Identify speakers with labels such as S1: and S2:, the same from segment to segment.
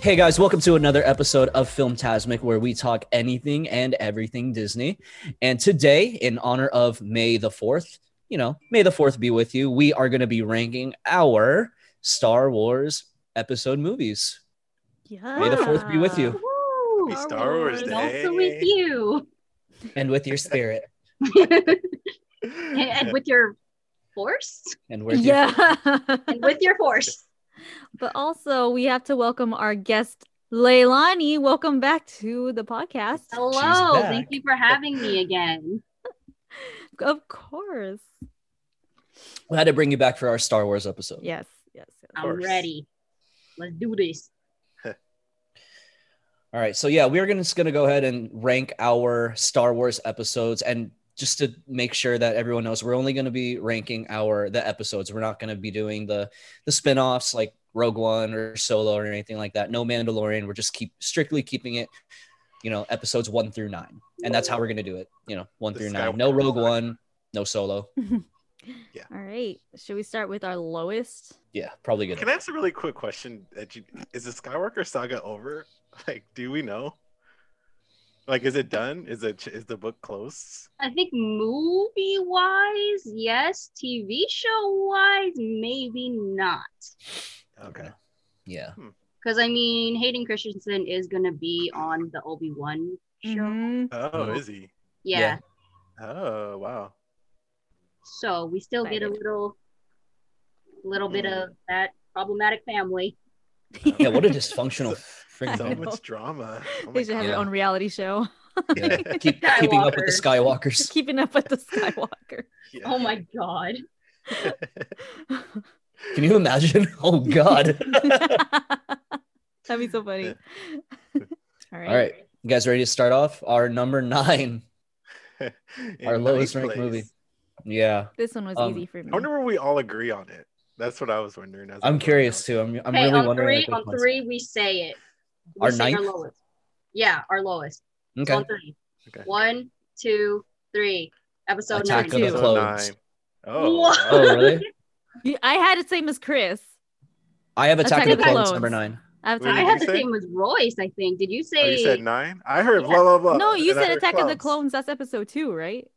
S1: Hey guys, welcome to another episode of Film Tasmic where we talk anything and everything Disney. And today, in honor of May the 4th, you know, May the 4th be with you, we are going to be ranking our Star Wars episode movies.
S2: Yeah.
S1: May the 4th be with you
S2: Woo.
S3: Happy Star Wars
S4: And
S3: Day.
S4: also with you.
S1: and with your spirit
S4: and, and with your force.
S1: and with your-
S2: Yeah.
S4: And with your force.
S2: but also, we have to welcome our guest, Leilani. Welcome back to the podcast.
S4: Hello.
S1: back.
S4: Thank you for having me again.
S2: Of course.
S1: we had to bring you back for our Star Wars episode.
S2: Yes. Yes. yes.
S4: I'm
S3: course.
S4: ready. Let's do this.
S1: All right. So yeah, we're gonna just gonna go ahead and rank our Star Wars episodes and just to make sure that everyone knows we're only gonna be ranking our the episodes. We're not gonna be doing the the spin-offs like Rogue One or Solo or anything like that. No Mandalorian. We're just keep strictly keeping it, you know, episodes one through nine. And that's how we're gonna do it. You know, one
S3: The
S1: through nine. No
S3: Skywalker
S1: Rogue
S3: saga.
S1: One, no solo.
S2: All right. Should we start with our lowest?
S1: Yeah, probably good.
S3: Can I ask a really quick question? That you, is the Skywalker saga over? Like, do we know? Like, is it done? Is it is the book closed?
S4: I think movie wise, yes. TV show wise, maybe not.
S3: Okay.
S1: Yeah.
S4: Because I mean, Hayden Christensen is going to be on the Obi Wan show.
S1: Mm-hmm.
S2: Mhm.
S3: Oh, is he?
S4: Yeah.
S1: Yeah.
S3: Oh, wow.
S4: So we still get a
S2: Excited.
S4: little, little bit
S3: Mm.
S4: of that problematic family.
S1: Yeah, what a dysfunctional freaking
S2: So
S1: family.
S2: I
S3: So
S2: know.
S3: much drama. Oh my
S2: They should have
S3: God.
S2: their
S1: Yeah.
S2: own reality show.
S1: Yeah. Keep, keeping up with the Skywalkers.
S2: Keeping up with the Skywalker.
S3: Yeah.
S4: Oh my God.
S1: Can you imagine? Oh God.
S2: That'd be so funny. All right.
S1: All right. You guys ready to start off? Our number nine.
S3: In
S1: Our lowest
S3: ninth
S1: ranked
S3: place.
S1: movie. Yeah.
S2: This one was
S1: Um,
S2: easy for me.
S3: I wonder where we all agree on it. That's what I was wondering. as I
S1: I'm
S3: was
S1: curious
S3: looking
S1: too. I'm, I'm
S4: okay,
S1: really
S4: on
S1: wondering.
S4: three,
S1: like, which
S4: on
S1: ones.
S4: three, we say it. We
S1: Our
S4: say
S1: ninth?
S4: lowest. Yeah, our lowest. So
S1: Okay.
S4: on three.
S3: Okay.
S4: One, two, three. Episode
S1: Attack
S4: nine.
S1: of the
S3: at it.
S2: Two.
S3: So
S1: Clones.
S3: nine. Oh,
S4: Whoa.
S3: wow.
S1: Oh really?
S2: You- I had the same as Chris.
S1: I have Attack,
S2: Attack
S1: of the
S2: of the
S1: Clones
S2: Clones.
S1: number nine.
S2: I have
S3: Wait,
S4: I
S3: did
S4: had
S3: you
S4: the
S3: say?
S4: same with Royce, I think. Did you
S3: Oh,
S4: say
S3: you said nine? I heard blah blah blah.
S2: no, you
S3: and I
S2: said
S3: heard
S2: Attack of the
S3: clones.
S2: Clones. That's episode two, right?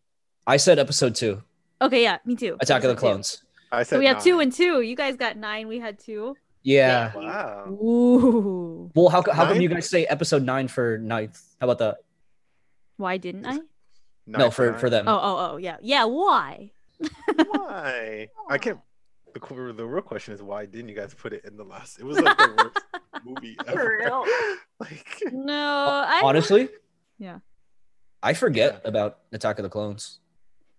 S1: I said episode two.
S2: Okay, yeah, me too.
S1: Attack of the
S2: Episode two.
S1: Clones.
S3: I said
S2: So we have
S3: nine.
S2: two and two. You guys got nine. We had two.
S1: Yeah.
S3: Wow.
S2: Ooh.
S1: Well, how, co- how come
S3: Nine?
S1: you guys say episode nine for ninth? How about that?
S2: Why didn't I?
S1: no, for for them.
S2: Oh, oh, oh, yeah, yeah. Why?
S3: Why? I can't. The, qu- the real question is why didn't you guys put it in the last? It was like the worst movie ever.
S4: For real.
S3: Like,
S2: No, I
S1: Honestly.
S2: Yeah.
S1: I forget about Attack of the Clones.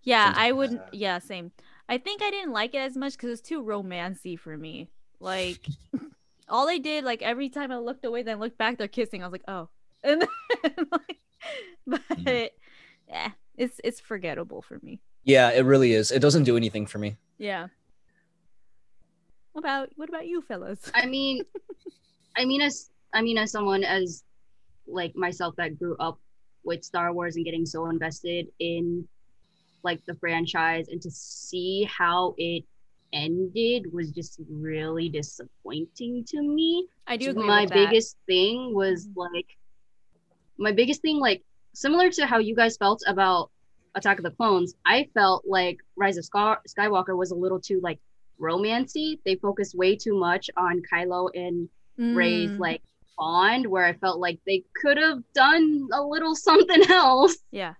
S2: Yeah,
S1: Something
S2: I
S1: like
S2: wouldn't.
S3: that.
S2: Yeah, same. I think I didn't like it as much because it's too romancy for me. Like, all they did, like every time I looked away, then looked back, they're kissing. I was like, oh, and then, like, but
S3: Mm-hmm.
S2: yeah, it's it's forgettable for me.
S1: Yeah, it really is. It doesn't do anything for me.
S2: Yeah. What about what about you, fellas?
S4: I mean I mean as I mean as someone as like myself that grew up with Star Wars and getting so invested in like the franchise and to see how it ended was just really disappointing to me.
S2: I do agree.
S4: my
S2: with that.
S4: biggest thing was
S2: Mhm.
S4: like my biggest thing like similar to how you guys felt about attack of the clones i felt like rise of Scar- skywalker was a little too like romancy they focused way too much on kylo and ray's
S2: Mm,
S4: like bond where i felt like they could have done a little something else
S2: Yeah.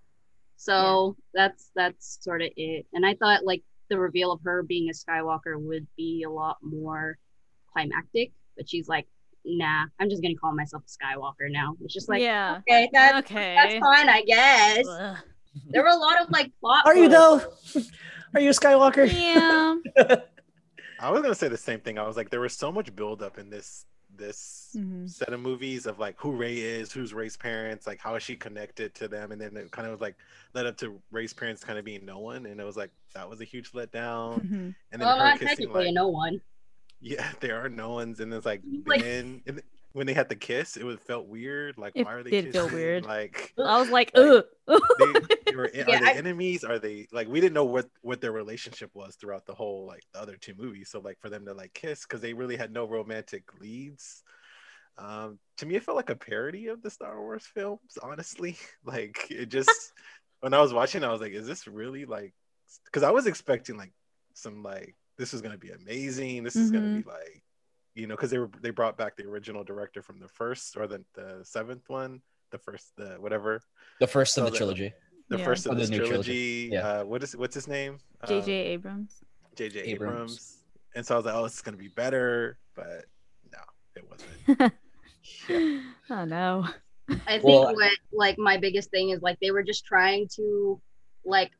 S4: so that's that's sort of it and i thought like the reveal of her being a skywalker would be a lot more climactic but she's like nah i'm just gonna call myself a skywalker now it's just like "Oh,
S2: yeah.
S4: okay that, that's
S2: okay.
S4: fine i guess
S2: Ugh.
S4: there were a lot of like plot
S1: Are you
S4: holes.
S1: though? Are you a Skywalker?
S2: Yeah.
S3: I was gonna say the same thing. I was like, there was so much buildup in this this
S4: Mm-hmm.
S2: Mhm.
S3: set of movies of like who Ray is, who's Ray's parents, like how is she connected to them, and then it kind of was like led up to Ray's parents kind of being no one, and it was like that was a huge letdown.
S2: Mhm.
S4: Mm-hmm.
S3: And then
S4: well
S3: her
S4: not
S3: kissing
S4: technically
S3: like
S4: a no one
S3: yeah, there are no ones, and it's like
S4: Like-
S3: then and when they had to kiss, it was felt weird. Like
S2: It
S3: why are they
S2: did feel
S3: kissing?
S2: weird.
S3: Like
S2: I was like,
S3: Like-
S2: ugh.
S3: they, they were, are
S4: Yeah,
S3: they
S4: I-
S3: enemies? Are they like we didn't know what what their relationship was throughout the whole like the other two movies. So like for them to like kiss because they really had no romantic leads. Um, to me, it felt like a parody of the Star Wars films. Honestly, like it just when I was watching, I was like, "Is this really like?" Because I was expecting like some like this is gonna be amazing. This is
S4: Mm-hmm.
S3: gonna be like you know because they were they brought back the original director from the first or the, the seventh one, the first the whatever
S1: The first of
S3: Oh,
S1: the
S3: the-
S1: trilogy.
S3: the
S2: Yeah.
S3: first
S1: Of
S3: of
S1: the
S3: this
S1: new trilogy.
S3: trilogy.
S1: Yeah.
S3: Uh, what is what's his name?
S2: JJ
S3: Um,
S2: Abrams.
S3: JJ
S1: Abrams.
S3: Abrams. And so I was like, oh, it's gonna be better, but no, it wasn't. Yeah.
S2: Oh no.
S4: I think
S1: Well, I-
S4: what like my biggest thing is like they were just trying to like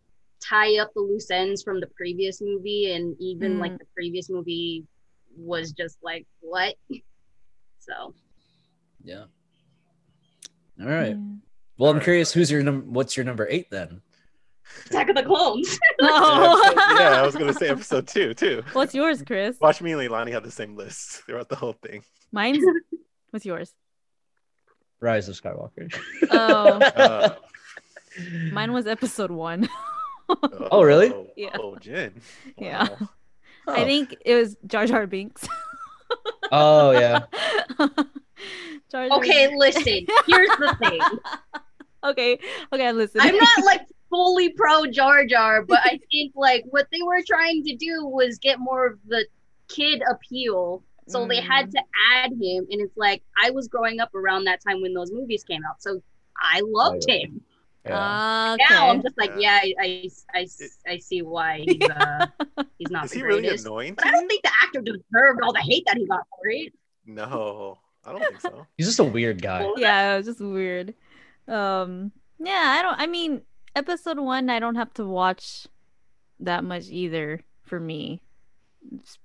S4: tie up the loose ends from the previous movie and even like the previous movie was just like what? So
S1: Yeah. All right.
S2: Yeah.
S1: Well, I'm
S3: Alright,
S1: curious.
S3: alright.
S1: Who's your num- What's your number eight then?
S4: Attack of the Clones.
S2: Oh.
S3: And episode- yeah, I was gonna say episode two too.
S2: What's yours, Chris?
S3: Watch me and Leilani have the same list throughout the whole thing.
S2: Mine's. What's yours?
S1: Rise of Skywalker.
S2: Oh,
S3: Uh,
S2: mine was episode one.
S1: Oh, really?
S3: Oh,
S2: Yeah.
S3: oh, Jen.
S2: Yeah.
S3: Wow.
S2: I think it was Jar Jar Binks.
S1: Oh
S2: uh,
S1: yeah.
S2: Jar Jar
S4: Okay,
S2: Binks.
S4: listen, here's the thing.
S2: okay, okay, I'm listening.
S4: I'm not like fully pro Jar Jar, but I think like what they were trying to do was get more of the kid appeal. So they had
S2: Mm.
S4: to add him, and it's like I was growing up around that time when those movies came out, so I loved
S1: yeah.
S4: him.
S1: Yeah.
S2: okay.
S4: Now I'm just like, yeah,
S3: Yeah.
S4: I, I, I, I see why he's, uh, he's not
S3: Is
S4: the
S3: he really
S4: greatest.
S3: annoying?
S4: but
S3: to
S4: I don't
S3: you?
S4: think the actor deserved all the hate that he got for it.
S3: No, I don't think so.
S1: He's just a weird guy.
S4: Well,
S2: yeah, it was just weird. Um, yeah, I don't. I mean, episode one, I don't have to watch that much either for me. It's-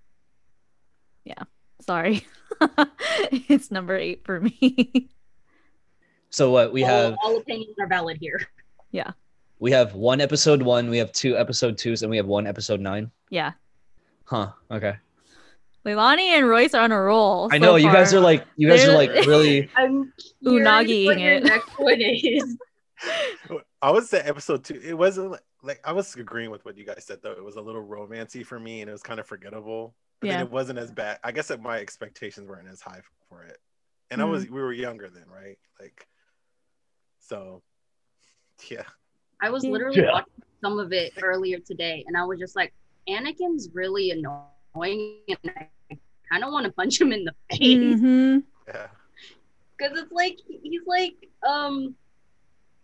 S2: Yeah, sorry, it's number eight for me.
S1: So what we
S4: all,
S1: have
S4: all opinions are valid here.
S1: we have one episode one, we have two episode twos, and we have one episode nine.
S2: yeah,
S1: Huh. Okay.
S2: Leilani and Royce are on a roll.
S1: I
S2: so
S1: know you guys
S2: far.
S1: are like you guys are
S2: They're-
S1: like really
S4: I'm
S2: curious Unagi-ing what your it.
S4: next one is.
S3: I would say episode two. It wasn't like, like I was agreeing with what you guys said though. It was a little romancy for me, and it was kind of forgettable. But
S2: Yeah.
S3: then it wasn't as bad. I guess that my expectations weren't as high for it, and
S2: Mm-hmm.
S3: I was we were younger then, right? Like, so yeah.
S4: I was
S2: Yeah.
S4: literally
S1: Yeah.
S4: watching some of it earlier today, and I was just like, Anakin's really annoying, and I kind of want to punch him in the face
S2: Mhm.
S3: Yeah.
S4: because it's like he's like, um,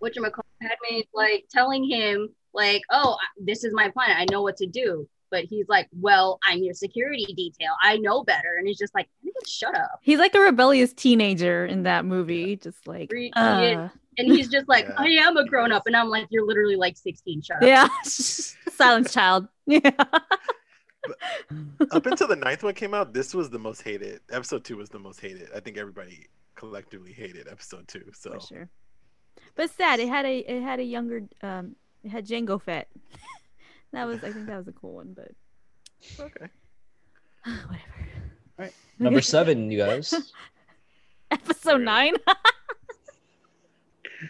S4: what you Padme is like telling him like, oh, I- this is my planet. I know what to do. But he's like, well, I'm your security detail. I know better. And it's just like, Anakin, shut up.
S2: He's like a rebellious teenager in that movie, just like
S4: Re- he
S2: uh,
S4: And he's just like,
S3: Yeah.
S4: I am a grown up. And I'm like, you're literally like 16. Shut up.
S2: yeah, silence child. Yeah,
S3: Up until the ninth one came out, this was the most hated. Episode two was the most hated. I think everybody collectively hated episode two. So
S2: for sure. But sad, it had a it had a younger um it had Django Fett. that was I think that was a cool one, but
S3: okay.
S2: whatever.
S1: Alright. number seven, you guys.
S2: Episode
S3: Really?
S2: nine.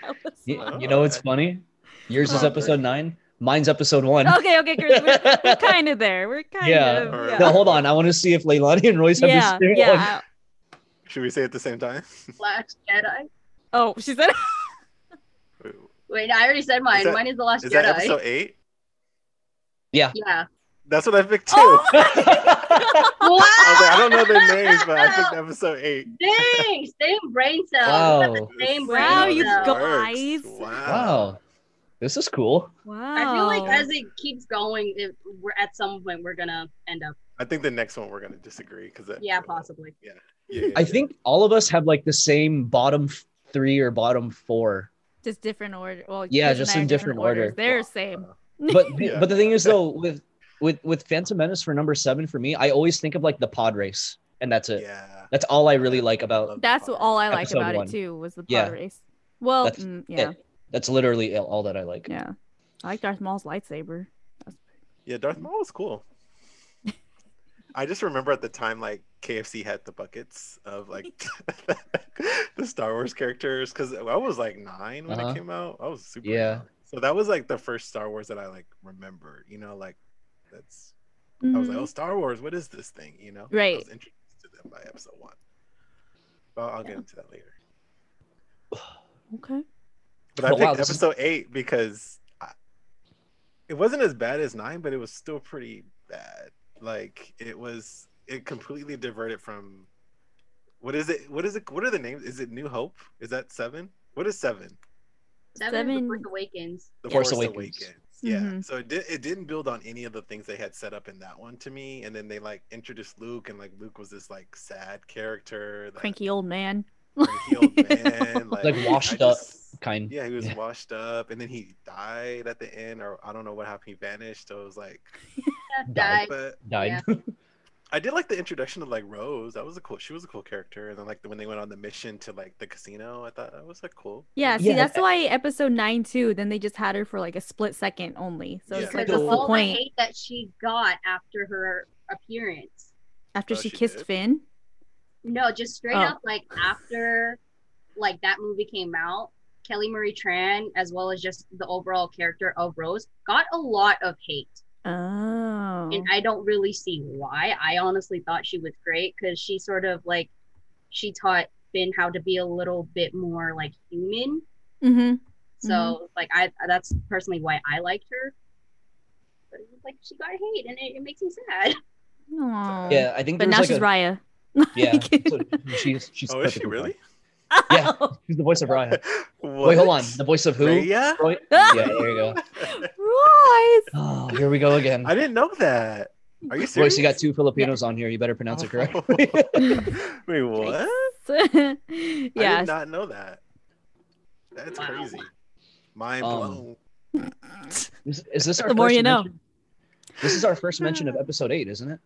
S2: That was
S1: You,
S2: fun.
S1: you know what's funny? Yours is
S2: Oh.
S1: episode nine, mine's episode one.
S2: Okay, okay, Chris, we're, we're kind of there. We're kind
S1: Yeah.
S2: of yeah.
S1: No, hold on. I want to see if Leilani and Royce have
S2: yeah,
S1: the same
S2: yeah.
S1: one.
S3: Should we say it at the same time?
S4: Last Jedi.
S2: Oh, she said
S4: Wait, I already said mine.
S3: Is that-
S4: mine is the last
S3: Is
S4: Jedi.
S3: that episode eight?
S4: Yeah.
S3: That's what I picked too.
S2: Oh!
S3: I, was
S4: What?
S3: like, I don't know their names, but I picked episode eight.
S4: Dang, same brain cell.
S1: Wow.
S4: Same brain
S2: Wow, you
S4: cell.
S2: go-
S3: Works.
S2: guys.
S3: Wow.
S1: Wow. This is cool.
S2: Wow.
S4: I feel like as it keeps going, it, we're at some point we're gonna end up.
S3: I think the next one we're gonna disagree because
S4: Yeah, possibly.
S3: Yeah, yeah.
S1: I think all of us have like the same bottom f- three or bottom four.
S2: just different order. Well,
S1: Yeah,
S2: Chris and
S1: just
S2: I are
S1: in different order.
S2: They're same.
S1: But
S3: Yeah.
S1: but the thing is though, with with with Phantom Menace for number seven for me, I always think of like the pod race, and that's it.
S3: yeah.
S1: That's all I really like
S3: Love
S1: about.
S3: the
S2: That's
S3: pod
S2: all I
S3: race.
S2: like
S1: Episode
S2: about
S1: one.
S2: it too was the pod
S1: Yeah.
S2: race. Well,
S1: That's
S2: mm, yeah,
S1: That's literally all- all that I like.
S2: yeah. I like Darth Maul's lightsaber.
S3: Yeah, Darth Maul was cool. I just remember at the time, like KFC had the buckets of like the Star Wars characters because I was like nine when
S1: Uh-huh.
S3: it came out. I was super.
S1: Yeah.
S3: young. So that was like the first Star Wars that I like remember. You know, like that's I was like,
S2: Mhm.
S1: Mm-hmm.
S3: oh, Star Wars, what is this thing? You know, I
S2: Right.
S3: was introduced to them by episode one. Well, I'll get into that later.
S2: Okay.
S3: But I
S1: But Oh, wow,
S3: picked
S1: this is-
S3: episode eight because I, it wasn't as bad as nine, but it was still pretty bad. Like it was, it completely diverted from. What is it? What is it? What are the names? Is it New Hope? Is that seven? What is seven?
S4: Seven, is
S2: Seven-
S4: The Force Awakens.
S3: The
S1: Force
S3: Force,
S1: Awakens.
S3: Awakens. Yeah.
S2: Mhm.
S3: So it did. It didn't build on any of the things they had set up in that one to me, and then they like introduced Luke, and like Luke was this like sad character, that
S2: Cranky old man.
S3: cranky old man, like,
S1: Like, washed
S3: I
S1: up.
S3: just-
S1: Kind.
S3: Yeah, he was
S1: Yeah.
S3: washed up, and then he died at the end, or I don't know what happened. He vanished. So it was like,
S4: That
S1: Died.
S4: died.
S3: but
S1: Died.
S3: I did like the introduction of like Rose. That was a cool. She was a cool character, and then like when they went on the mission to like the casino, I thought that was like cool.
S2: Yeah, see,
S1: Yeah,
S2: that's
S1: I-
S2: why episode nine too. Then they just had her for like a split second only. So it's
S3: Yeah.
S2: like, what's
S4: Because of
S2: the
S4: all the
S2: point?
S4: hate that she got after her appearance.
S2: After
S3: Oh,
S2: she
S3: she
S2: kissed
S3: did?
S2: Finn,
S4: No, just straight
S2: Oh.
S4: up like after like that movie came out, Kelly Marie Tran, as well as just the overall character of Rose, got a lot of hate.
S2: oh,
S4: And I don't really see why. I honestly thought she was great because she sort of like she taught Finn how to be a little bit more like human.
S2: mm-hmm.
S4: So like I that's personally why I liked her. But it was like she got hate and it, it makes me sad.
S1: Yeah, I think.
S2: but
S1: there
S2: now
S1: was,
S2: she's
S1: like
S2: Raya.
S1: a, Yeah, so she's she's.
S3: Oh, is she
S1: perfectly fine.
S3: really?
S1: Yeah. She's the voice of Ryan. Wait, hold on. The voice of who?
S3: Yeah,
S1: Roy- Yeah, there you go.
S2: Royce.
S1: Oh, here we go again.
S3: I didn't know that. Are you serious? Oh.
S1: Royce, you got two Filipinos on here. You better pronounce it correctly.
S3: Wait, what? I
S2: yeah.
S3: did not know that. That's
S4: Wow.
S3: crazy. Mind
S1: Um,
S3: blown.
S1: Is, is this our
S2: The more
S1: first
S2: you know.
S1: mention- This is our first mention of episode eight, isn't it?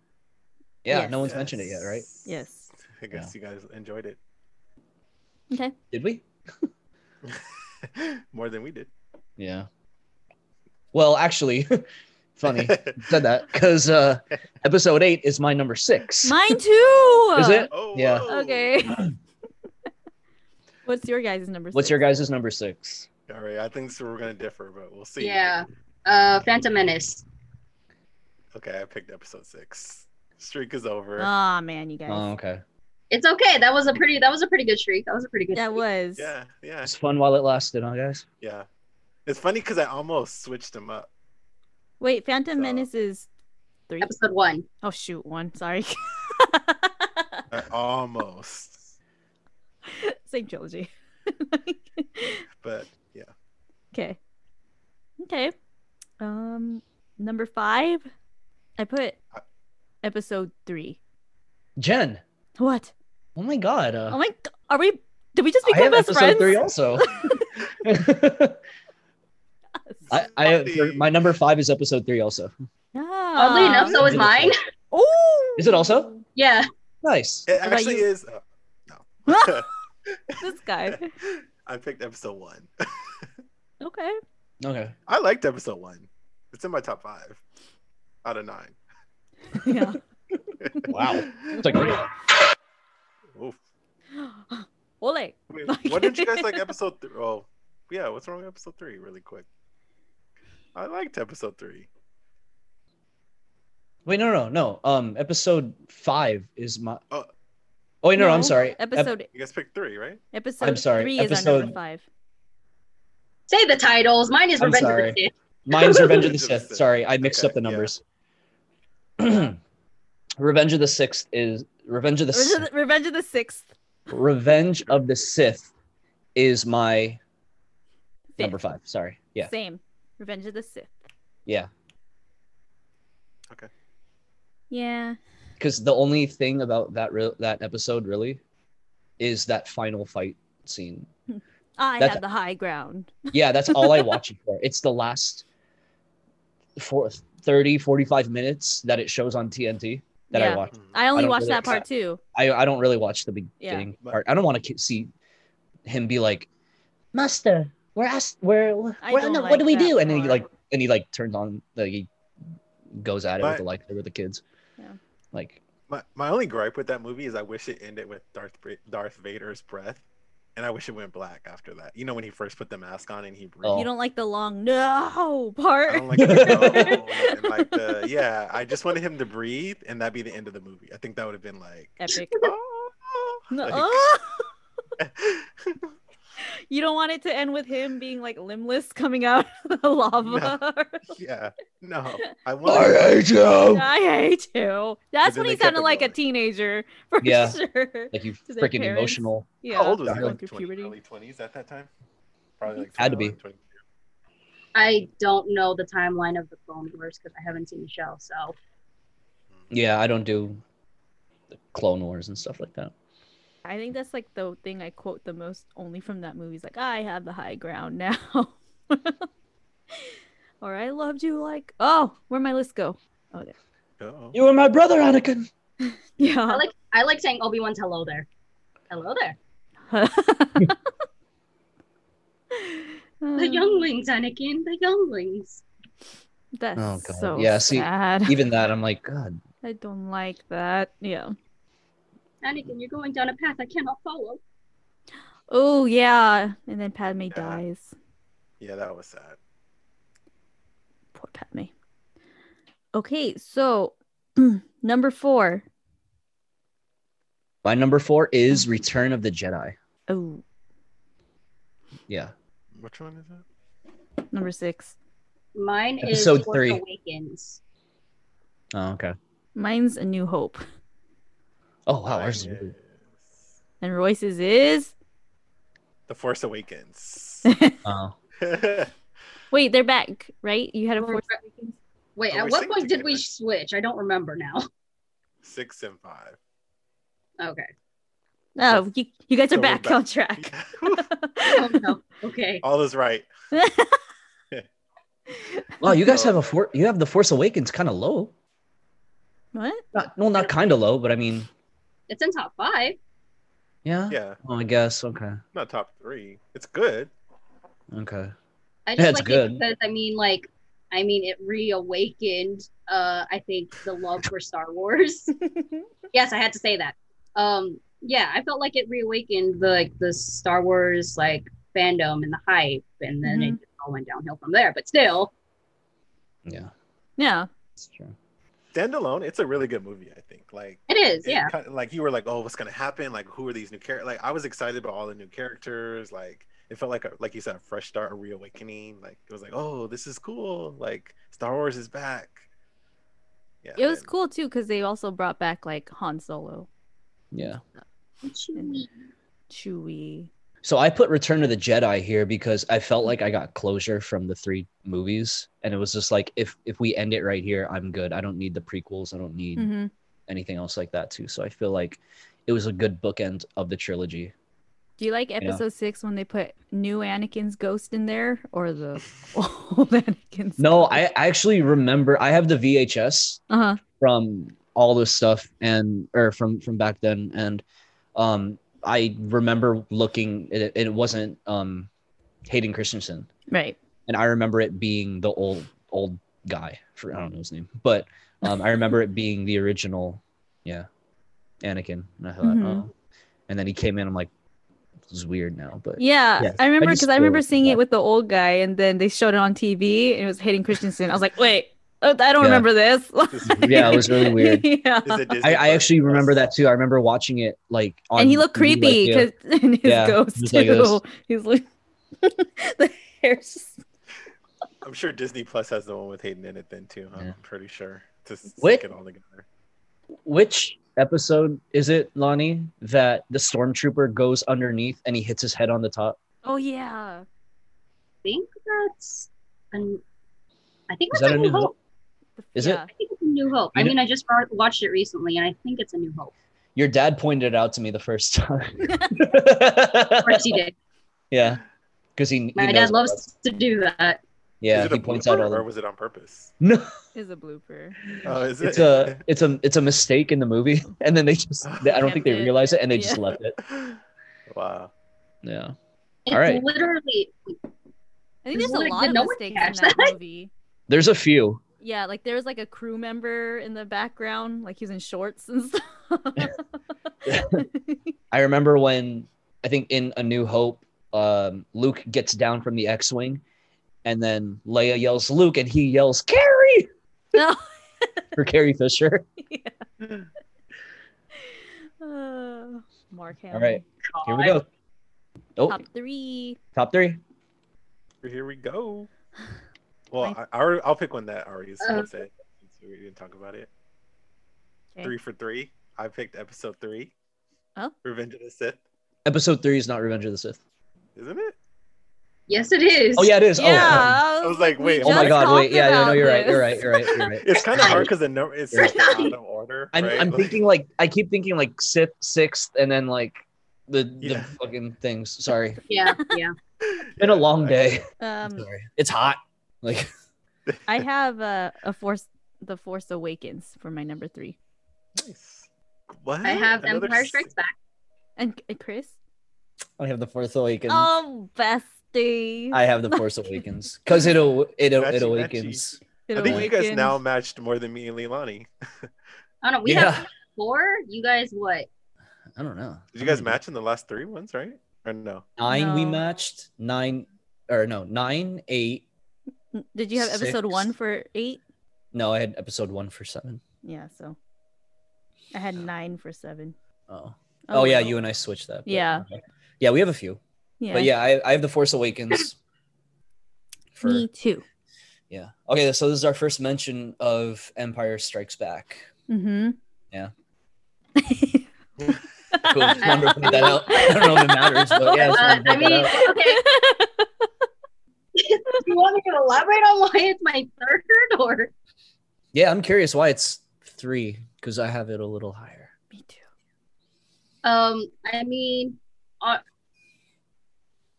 S1: Yeah, no one's mentioned it yet, right?
S2: Yes.
S3: I guess you guys enjoyed it
S2: Okay.
S1: Did we?
S3: more than we did.
S1: Yeah. Well, actually, funny said that because uh, episode eight is my number six.
S2: Mine too.
S1: Is it?
S3: oh,
S1: Yeah.
S3: whoa.
S2: Okay.
S3: Oh.
S2: What's your guys' number?
S1: What's
S2: six?
S1: your guys' number six?
S3: All right. I think so. We're gonna differ, but we'll see.
S4: Yeah. Uh Phantom Menace.
S3: Okay. I picked episode six. Streak is over.
S2: Oh man, you guys.
S1: Oh, okay.
S4: It's okay. That was a pretty that was a pretty good streak. That was a pretty good
S2: that
S4: streak.
S2: was.
S3: yeah. Yeah.
S1: It's fun while it lasted, huh, guys?
S3: Yeah. It's funny because I almost switched them up.
S2: Wait, Phantom
S3: So-
S2: Menace is three.
S4: episode one.
S2: Oh shoot, one. Sorry.
S3: I almost.
S2: Same trilogy.
S3: But yeah.
S2: okay. Okay. Um, number five, I put
S3: I-
S2: episode three.
S1: Jen.
S2: What?
S1: Oh my God. Uh,
S2: Oh my! g- Are we? Did we just
S1: I have
S2: become best
S1: episode
S2: friends?
S1: three also. I, I have,
S3: Buddy.
S1: my number five is episode three also.
S4: Oddly enough, so is
S1: Beautiful.
S4: mine.
S2: Oh.
S1: Is it also?
S4: Yeah.
S1: Nice.
S3: It
S2: about
S3: actually
S2: you?
S3: is. oh,
S2: This guy.
S3: no. I picked episode one.
S2: Okay.
S1: Okay.
S3: I liked episode one. It's in my top five out of nine.
S2: Yeah.
S1: Wow. It's like
S3: Oof.
S2: Ole.
S3: Wait,
S2: Like-
S3: why didn't you guys like episode three? Oh, yeah. What's wrong with episode three? Really quick. I liked episode three.
S1: Wait, no, no, no. Um, episode five is my. Oh,
S3: Oh.
S1: wait, no, no, I'm
S2: No.
S1: sorry. Ep-
S2: Episode
S3: You guys picked three, right?
S2: episode
S1: I'm sorry,
S2: three is our
S1: episode-
S2: number five.
S4: Say the titles. Mine is
S1: I'm
S4: Revenge
S1: sorry.
S4: of the Sith.
S1: mine's Revenge of the
S3: Revenge of the
S1: Sith.
S3: Sith.
S1: Sorry, I mixed
S3: Okay,
S1: up the
S3: yeah.
S1: numbers. Revenge of the Sixth is Revenge of the
S2: Revenge of
S1: Sith.
S2: the, Revenge of the Sixth.
S1: Revenge of the Sith is my
S2: Fifth.
S1: number five. Sorry. Yeah.
S2: Same. Revenge of the Sith.
S1: Yeah.
S2: Yeah.
S1: Because the only thing about that re- that episode really is that final fight scene.
S2: Ah, I
S1: That's-
S2: have the high ground.
S1: Yeah, that's all I watch it for. It's the last four, 30, 45 minutes that it shows on TNT that
S2: Yeah.
S1: I watch.
S2: I only
S1: don't
S2: watched
S1: really
S2: that part too.
S1: I, I don't really watch the beginning
S3: Yeah.
S1: part. I don't want to see him be like, Master, we're asked, we're, we're
S2: I
S1: on
S2: don't
S1: the- what do we
S2: like
S1: do?
S2: that
S1: And then he
S2: part.
S1: like, and he like turns on, like, he goes at it with
S3: My-
S1: the like with the kids.
S2: Yeah.
S1: Like,
S3: My, my only gripe with that movie is I wish it ended with Darth Bra- Darth Vader's breath, and I wish it went black after that. You know when he first put the mask on and he breathed.
S1: Oh.
S2: You don't like the long no part.
S3: I don't like, it. No. And, like the yeah. I just wanted him to breathe, and that'd be the end of the movie. I think that would have been like
S2: Epic.
S3: oh,
S2: No.
S3: Like-
S2: Oh! You don't want it to end with him being like limbless coming out of the lava.
S3: yeah, no, I
S1: I
S3: want.
S1: hate you.
S2: I hate you. That's when
S3: then
S2: he
S3: they kept
S2: sounded
S3: it
S2: like a
S3: going.
S2: teenager for
S1: Yeah.
S2: sure.
S1: Like you
S2: To their
S1: freaking
S2: parents.
S1: emotional.
S2: Yeah.
S3: How old was he?
S1: Yeah.
S3: Like
S2: Through
S3: 20,
S2: puberty.
S3: early twenties at that time. Probably like
S1: Had to be.
S3: 21, 20.
S4: I don't know the timeline of the Clone Wars because I haven't seen the show. So
S1: Yeah, I don't do the Clone Wars and stuff like that.
S2: I think that's like the thing I quote the most only from that movie. It's like, I have the high ground now. or I loved you like, oh, where'd my list go?
S3: Uh-oh.
S1: You were my brother, Anakin.
S2: Yeah.
S4: I like I like saying Obi Wan's hello there, hello there, the
S2: Uh,
S4: younglings, Anakin, the younglings.
S2: That's
S1: Oh, God.
S2: so
S1: Yeah, see,
S2: sad.
S1: Even that, I'm like, God,
S2: I don't like that. Yeah.
S4: Anakin, you're going down a path I cannot follow.
S2: Oh yeah. And then Padme
S3: Yeah.
S2: dies.
S3: Yeah, that was sad.
S2: Poor Padme. Okay, so number four.
S1: my number four is Return of the Jedi.
S2: Oh,
S1: Yeah,
S3: Which one is it?
S2: number six.
S4: Mine is
S1: Episode
S4: Force
S1: three.
S4: Awakens.
S1: oh, okay.
S2: Mine's A New Hope.
S1: Oh wow,
S3: Mine
S1: ours is
S3: is
S1: really-
S2: And Royce's is
S3: The Force Awakens.
S1: oh.
S2: wait, they're back, right? You had a
S4: We're-
S2: fourth.
S4: Wait,
S3: Oh,
S4: at
S3: we're
S4: what
S3: synced
S4: point did we
S3: together.
S4: switch? I don't remember now.
S3: Six and five.
S4: Okay.
S2: Oh, you, you guys are
S3: So we're
S2: back,
S3: back.
S2: on track.
S4: Oh,
S1: Um,
S4: no. Okay.
S3: All is right.
S1: Wow, you guys have a for- you have the Force Awakens kind of low.
S2: what?
S1: Not well, not kind of low, but I mean,
S4: It's in top five.
S1: yeah.
S3: Yeah,
S1: Oh, I guess. Okay.
S3: not top three. It's good.
S1: Okay.
S4: I just
S1: That's
S4: like
S1: good.
S4: it because I mean, like, I mean, it reawakened. Uh, I think the love for Star Wars. yes, I had to say that. Um, yeah, I felt like it reawakened the like the Star Wars like fandom and the hype, and then
S3: Mm-hmm.
S4: it just all went downhill from there. But still,
S1: Yeah.
S2: Yeah.
S1: That's true.
S3: Standalone, it's a really good movie. I think. Like,
S4: it is.
S3: it
S4: Yeah,
S3: kind of- like you were like, oh, what's gonna happen? Like, who are these new characters? Like, I was excited about all the new characters. Like, it felt like, a, like you said, a fresh start, a reawakening. Like, it was like, oh, this is cool. Like, Star Wars is back. Yeah,
S2: It was
S3: then-
S2: cool too because they also brought back like Han Solo,
S1: Yeah.
S4: Chewie.
S2: Chewie.
S1: So I put Return of the Jedi here because I felt like I got closure from the three movies, and it was just like if if we end it right here, I'm good. I don't need the prequels. I don't need
S2: hmm
S1: anything else like that too. So I feel like it was a good bookend of the trilogy.
S2: Do you like episode six when they put new Anakin's ghost in there or the old Anakin's?
S1: No, I actually remember. I have the VHS
S2: Uh huh.
S1: from all this stuff and or from from back then and um i remember looking it, it wasn't um hayden christensen
S2: Right.
S1: and i remember it being the old old guy for i don't know his name but um i remember it being the original yeah anakin and i thought
S2: Mhm.
S1: oh and then he came in i'm like this is weird now but
S2: Yeah,
S1: Yes,
S2: I remember
S1: I just
S2: because I, remember
S1: feel
S2: seeing
S1: that.
S2: it with the old guy, and then they showed it on TV, and it was Hayden Christensen. I was like, wait, oh, I
S1: Yeah.
S2: don't remember this.
S1: Yeah, it was really weird.
S2: yeah,
S3: Is it Disney
S1: I, I
S3: Plus?
S1: actually remember that too. I remember watching it like on
S2: and he looked
S1: TV, like,
S2: creepy
S1: yeah.
S2: because and his
S1: Yeah,
S2: ghost
S1: he was like
S2: too. He's like the hair's just-
S3: I'm sure Disney Plus has the one with Hayden in it then too. huh?
S1: Yeah.
S3: I'm pretty sure to stick
S1: Wait.
S3: it all together.
S1: Which episode is it, Lonnie, that the stormtrooper goes underneath and he hits his head on the top?
S2: oh yeah,
S4: I think that's an. I think
S1: Is
S4: that's
S1: that
S4: a new hope.
S1: Is it?
S2: yeah.
S4: I think it's a new hope. I
S1: You
S4: mean, I just wa- watched it recently, and I think it's a new hope.
S1: Your dad pointed it out to me the first time.
S4: Of course, he did.
S1: yeah, because he, he
S4: My
S1: knows
S4: dad
S1: about us.
S4: loves to do that.
S1: Yeah,
S3: is it
S1: he
S3: a
S1: points
S3: blooper
S1: out all
S3: or
S1: the.
S3: was it on purpose?
S1: No,
S2: Is a blooper.
S3: Oh, is it?
S1: it's a it's a it's a mistake in the movie, and then they just they, I don't think they
S2: Kept it.
S1: realize it, and they
S2: Yeah.
S1: just left it.
S3: wow.
S1: Yeah,
S4: It's
S1: All right.
S4: literally
S2: I think there's a
S4: Like,
S2: lot
S4: did
S2: of
S4: no one
S2: mistakes in
S4: catch
S2: that movie.
S1: there's a few.
S2: Yeah, like there was like a crew member in the background, like he's in shorts and stuff.
S1: I remember when I think in A New Hope, um, Luke gets down from the X-wing, and then Leia yells Luke, and he yells Carrie
S2: no.
S1: for Carrie Fisher.
S2: Uh, Mark Hamill.
S1: All right, here we go. Oh,
S2: Top three.
S1: top three.
S3: Here we go. Well, I, I, already- I'll pick one that already is
S4: Uh.
S3: said. since We didn't talk about it.
S2: Okay.
S3: Three for three. I picked episode three.
S2: Oh.
S3: Revenge of the Sith,
S1: Episode three is not Revenge of the Sith.
S3: isn't it?
S4: Yes, it is.
S1: Oh yeah, it is. Oh, um,
S2: Yeah.
S3: I was like,
S2: we
S3: wait,
S1: oh my
S2: just
S1: God! Wait,
S2: talked
S1: yeah, yeah, no,
S2: about
S1: you're right. You're
S2: this.
S1: right. You're right. You're right.
S3: It's kind of hard because the number is
S4: You're
S3: such out
S4: right.
S3: of order.
S1: I'm,
S3: right?
S1: I'm
S3: Like,
S1: thinking like I keep thinking like Sith sixth, and then like the the
S3: Yeah.
S1: fucking things. Sorry,
S4: Yeah, yeah.
S1: been a
S3: yeah,
S1: long
S3: I-
S1: day.
S2: Um,
S1: Sorry, it's hot. Like
S2: I have uh, a force, the Force Awakens for my number three,
S3: Nice. What?
S4: I have
S3: Another
S4: Empire
S3: s-
S4: Strikes Back.
S2: and, and Chris.
S1: I have the Force Awakens.
S2: Oh, bestie.
S1: I have the Force Awakens because it aw- it aw- it
S3: Matchy,
S1: awakens.
S2: It
S3: I think you guys
S2: awakened.
S3: now matched more than me and Leilani.
S4: Oh no, we
S1: Yeah,
S4: have four. You guys, what?
S1: I don't know.
S3: Did you guys match in the last three ones, right? Or no?
S1: Nine we
S2: No.
S1: matched nine or no nine eight.
S2: Did you have episode
S1: Six.
S2: one for eight?
S1: No, I had episode one for seven.
S2: Yeah, so I had nine for seven.
S1: Oh, oh, yeah,
S2: well.
S1: you and I switched that. but-
S2: Yeah.
S1: okay. yeah, we have a few,
S2: Yeah,
S1: but yeah, I, I have the Force Awakens. for-
S2: me too.
S1: Yeah. Okay, so this is our first mention of Empire Strikes Back.
S2: Mm-hmm.
S1: Yeah. Cool. Just
S2: Cool.
S1: wanted to point that out. I don't know if it matters, but yeah. just
S4: Uh,
S1: wanted to
S4: I
S1: point that
S4: mean,
S1: out.
S4: okay. Do you want me to elaborate on why it's my third, or
S1: yeah, I'm curious why it's three because I have it a little higher.
S2: me too.
S4: um? I mean, uh,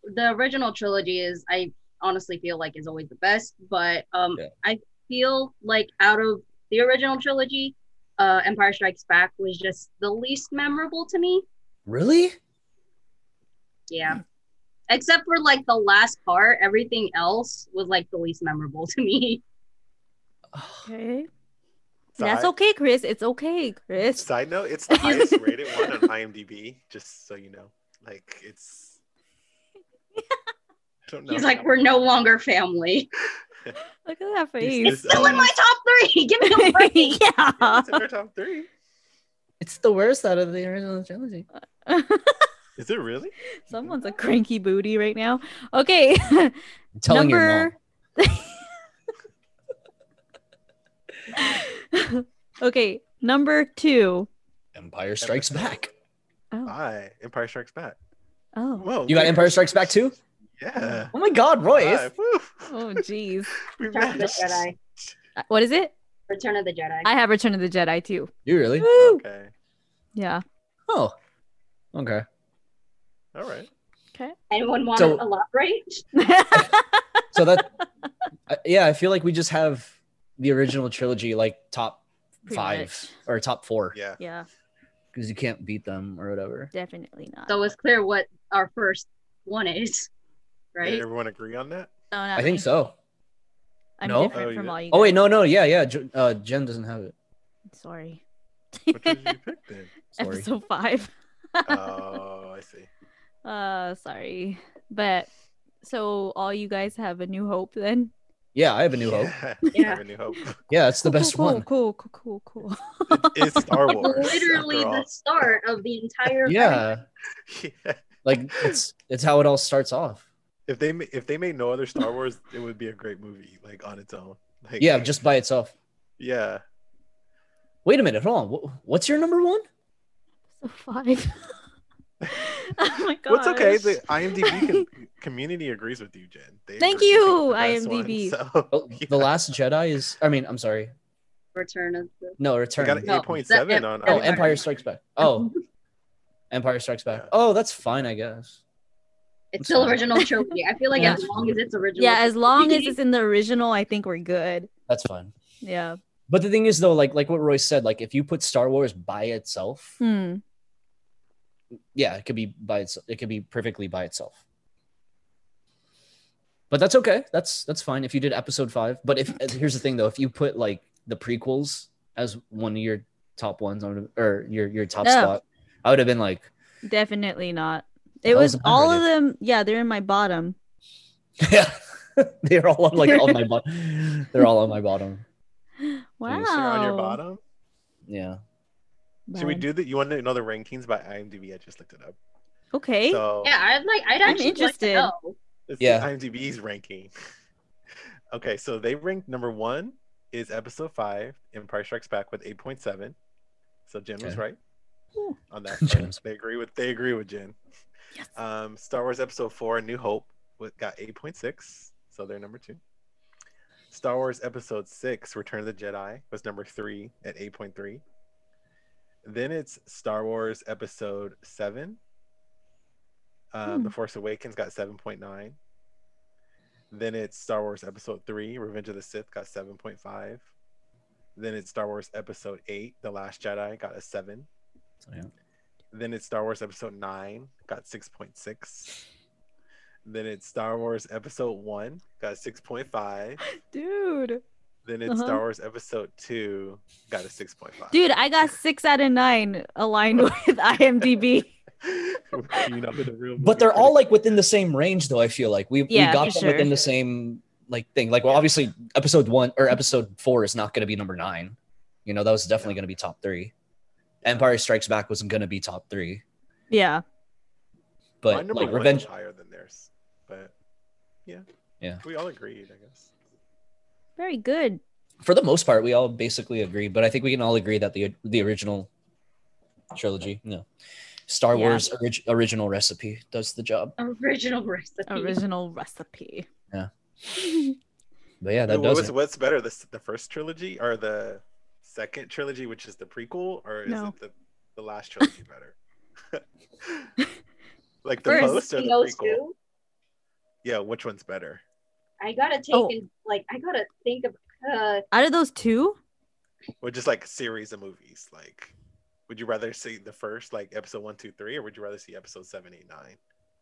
S4: the original trilogy is I honestly feel like is always the best, but um,
S1: Yeah.
S4: I feel like out of the original trilogy, uh, Empire Strikes Back was just the least memorable to me.
S1: Really?
S4: Yeah. Except for like the last part, everything else was like the least memorable to me.
S1: Oh,
S2: Okay.
S3: So
S2: That's
S3: I-
S2: okay, Chris. It's okay, Chris.
S3: Side note, it's the highest rated one on IMDb, just so you know. Like, it's. I don't know.
S4: He's like, we're no longer family.
S2: Look at that
S3: He's-
S2: face.
S3: he's-
S4: Still in my top three. Give me a break.
S2: yeah.
S3: It's in their top three.
S1: It's the worst out of the original trilogy.
S3: Is it really?
S2: Someone's a cranky booty right now. Okay.
S1: I'm telling your mom.
S2: Number. okay, number two.
S1: Empire Strikes Back.
S2: Oh,
S3: I Empire Strikes Back.
S2: oh,
S3: Whoa,
S1: You got
S3: we-
S1: Empire Strikes Back too?
S3: Yeah.
S1: Oh my God, Roy! it's-
S3: Five. Woo.
S2: oh, jeez.
S3: We
S4: Return of the
S3: matched.
S4: Jedi.
S2: Uh, What is it?
S4: Return of the Jedi.
S2: I have Return of the Jedi too.
S1: You really?
S2: Woo!
S3: Okay.
S2: Yeah.
S1: Oh. Okay.
S3: All right.
S2: Okay.
S4: Anyone want
S1: So-
S4: to elaborate?
S1: So that, I- yeah, I feel like we just have the original trilogy like top
S2: Pretty
S1: five
S2: much.
S1: or top four
S3: Yeah.
S2: yeah,
S1: because you can't beat them or whatever.
S2: definitely not.
S4: So it's clear what our first one is,
S3: Did
S4: right?
S3: everyone agree on that?
S2: No, not
S1: I think
S2: me.
S1: so.
S2: I'm
S1: No?
S2: different
S3: Oh,
S2: from
S3: yeah.
S2: all you.
S1: Oh wait,
S2: guys.
S1: no, no, yeah, yeah. J- Uh, Jen doesn't have it.
S2: Sorry.
S3: Which one did you pick then?
S1: Sorry.
S2: Episode five.
S3: Oh, I see.
S2: Uh, sorry, but so all you guys have a new hope then.
S1: Yeah, I have a new hope.
S3: hope.
S4: Yeah.
S3: a new hope.
S1: Yeah, it's the
S2: Cool,
S1: best
S2: cool,
S1: one.
S2: Cool, cool, cool, cool.
S3: It's Star Wars.
S4: Literally
S3: after all.
S4: the start of the entire.
S1: Yeah,
S3: Yeah.
S1: like it's it's how it all starts off.
S3: If they ma- if they made no other Star Wars, it would be a great movie, like on its own. Like,
S1: Yeah, just by itself.
S3: yeah.
S1: Wait a minute, hold on. Wh- What's your number one?
S2: So five. oh my god.
S3: Well, it's okay. The IMDb com- community agrees with you, Jen. They
S2: Thank
S3: agree
S2: you,
S3: it's the best
S2: IMDb.
S3: One, so
S1: Oh, The Last Jedi is. I mean, I'm sorry.
S4: Return of the.
S1: No,
S3: I
S1: Return.
S3: got an
S4: No,
S3: eight point seven
S4: that-
S3: on.
S1: Oh,
S4: Empire.
S1: Empire Strikes Back. Oh, Empire Strikes Back.
S3: Yeah.
S1: Oh, that's fine, I guess.
S4: It's
S1: Sorry.
S4: still original trilogy. I feel like
S2: Yeah.
S4: as long as it's original.
S2: yeah, as long as
S4: trilogy-
S2: it's in the original, I think we're good.
S1: That's fine.
S2: Yeah.
S1: But the thing is, though, like like what Roy said, like if you put Star Wars by itself,
S2: Hmm.
S1: yeah, it could be by itself. It could be perfectly by itself. But that's okay. That's that's fine if you did episode five. But if uh, here's the thing though, if you put like the prequels as one of your top ones on or your your top
S2: No.
S1: spot, I would have been like,
S2: Definitely not.
S1: The
S2: It
S1: hell
S2: was
S1: is
S2: all of
S1: underrated?
S2: them. Yeah, they're in my bottom.
S1: yeah, they're all on like on my bottom. They're all on my bottom.
S2: Wow.
S3: You're on your bottom.
S1: Yeah,
S3: Should we
S2: Bye.
S3: do that? You want to know the rankings by IMDb? I just looked it up.
S2: Okay.
S3: So
S4: Yeah, I'd like. I'd
S2: I'm
S4: actually
S2: interested.
S4: Like to know.
S3: it's
S1: Yeah.
S3: the IMDb's ranking. okay, so they ranked number one is episode five, Empire Strikes Back with eight point seven. So Jen was
S1: Okay.
S3: right
S2: Ooh.
S3: on that.
S1: Jen
S3: front.
S1: was-
S3: They agree with they agree with Jen.
S2: Yes.
S3: Um, Star Wars Episode Four: A New Hope with, got eight point six, so they're number two. Star Wars Episode Six: Return of the Jedi was number three at eight point three. Then it's Star Wars Episode Seven. Uh,
S2: Hmm.
S3: The Force Awakens got seven point nine. Then it's Star Wars Episode Three: Revenge of the Sith got seven point five. Then it's Star Wars Episode Eight: The Last Jedi got a seven.
S1: So, yeah.
S3: Then it's Star Wars Episode 9, got 6.6. Then it's Star Wars Episode 1, got 6.5.
S2: Dude.
S3: Then it's
S2: Uh-huh.
S3: Star Wars Episode 2, got a 6.5.
S2: Dude, I got six out of nine aligned with IMDb.
S3: you know, the real
S1: But they're all like within the same range, though. I feel like we
S2: Yeah,
S1: we got
S2: for
S1: them
S2: sure.
S1: within the same like thing. Like, well, obviously, episode one or episode four is not going to be number nine. You know, that was definitely going to be top three. Empire Strikes Back wasn't going to be top three,
S2: yeah.
S3: My
S1: but
S3: number
S1: like
S3: one
S1: Revenge.
S3: is higher than theirs. But yeah.
S1: Yeah.
S3: We all agreed, I guess.
S2: Very good.
S1: for the most part, we all basically agree, but I think we can all agree that the the original trilogy, no, Star
S2: Yeah.
S1: Wars orig- original recipe does the job.
S4: Original recipe.
S2: Original recipe.
S1: Yeah. But yeah, that
S3: Wait, what
S1: does
S3: was,
S1: it.
S3: what's better, the, the first trilogy or the second trilogy, which is the prequel, or is
S2: No.
S3: it the, the last trilogy better? like the
S2: First,
S3: most or the
S4: Between those
S3: prequel?
S4: two,
S3: Yeah, which one's better?
S4: I gotta take
S2: Oh.
S4: and like I gotta think of. Uh,
S2: Out of those two,
S3: Or just like series of movies? Like, would you rather see the first, like episode one, two, three, or would you rather see episode seven, eight, nine?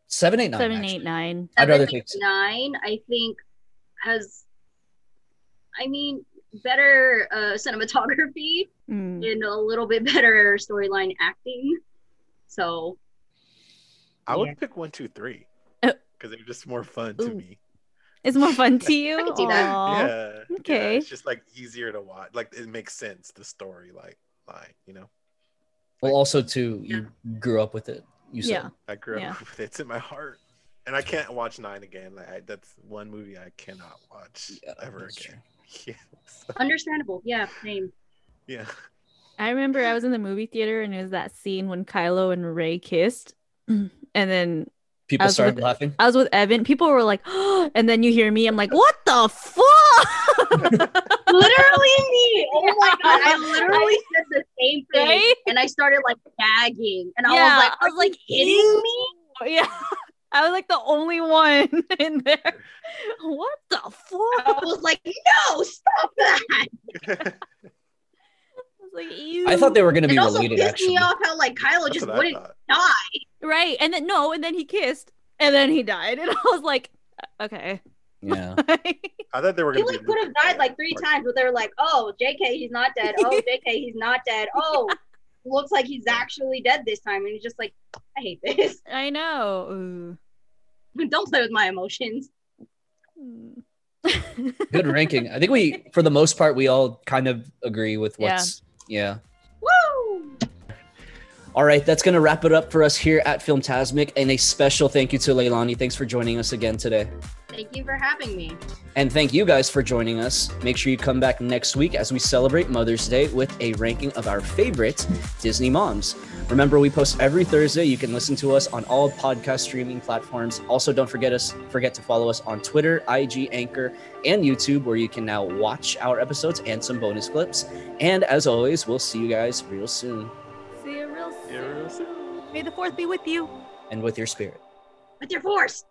S1: Seven, eight, nine.
S2: seven,
S1: actually.
S2: eight, nine.
S1: I'd rather
S4: seven,
S1: take-
S4: eight, nine. I think has. I mean, better uh, cinematography
S2: Mm.
S4: and a little bit better storyline acting. So
S3: I
S4: Yeah.
S3: would pick one, two, three
S2: Oh.
S3: because they're just more fun to
S2: Ooh.
S3: me.
S2: It's more fun to you.
S4: can see that.
S2: Aw.
S3: Yeah. yeah,
S2: okay.
S3: it's just like easier to watch. Like, it makes sense, the story, like, line, you know?
S1: Well, also too, you grew up with it. You said.
S2: Yeah.
S3: I grew
S2: Yeah.
S3: up with it. It's in my heart. And I can't watch nine again. Like I, that's one movie I cannot watch
S1: Yeah,
S3: ever
S1: that's
S3: again. Yeah. so-
S4: understandable. Yeah, same.
S3: yeah.
S2: I remember I was in the movie theater and it was that scene when Kylo and Ray kissed. And then I
S1: People
S2: was
S1: started
S2: with-
S4: uh,
S1: laughing.
S4: um,
S2: I was with Evan. People were like, oh, and then you hear me. I'm like, what the fuck?
S4: literally me. Oh my god, I literally
S2: I-
S4: said the same thing.
S2: right?
S4: And I started like gagging. And I
S2: Yeah,
S4: was like,
S2: I
S4: Are
S2: was like,
S4: you kidding
S2: "Ew."
S4: me?
S2: Yeah. I was like the only one in there. What the fuck?
S4: I was like, No, stop that.
S2: I was like, Ew.
S1: I thought they were going to be
S4: It also
S1: related.
S4: pissed
S1: Actually,
S4: me off how like Kylo
S3: That's
S4: just
S3: what I
S4: wouldn't
S3: thought.
S4: die.
S2: right. And then no, and then he kissed, and then he died, and I was like, okay.
S1: yeah.
S3: I thought they were
S4: He
S3: gonna
S4: like
S3: be
S4: could have
S3: Luke
S4: died
S3: and
S4: like three
S3: Leia.
S4: times, but they were like, Oh, JK, he's not dead. Oh, JK, he's not dead. Oh, looks like he's actually dead this time. And he's just like, I hate this.
S2: I know. Ooh.
S4: Don't play with my emotions.
S2: Mm.
S1: Good ranking. I think we, for the most part, we all kind of agree with
S2: Yeah.
S1: what's. yeah.
S4: Woo!
S1: All right, that's going to wrap it up for us here at Filmtasmic. And a special thank you to Leilani. Thanks for joining us again today.
S4: Thank you for having me.
S1: And thank you guys for joining us. Make sure you come back next week as we celebrate Mother's Day with a ranking of our favorite Disney moms. Remember, we post every Thursday. You can listen to us on all podcast streaming platforms. Also, don't forget us forget to follow us on Twitter, IG, Anchor, and YouTube, where you can now watch our episodes and some bonus clips. And as always, we'll see you guys real soon
S2: See you real soon.
S3: Yeah, real soon.
S2: May the fourth be with you.
S1: and with your spirit.
S4: With your force.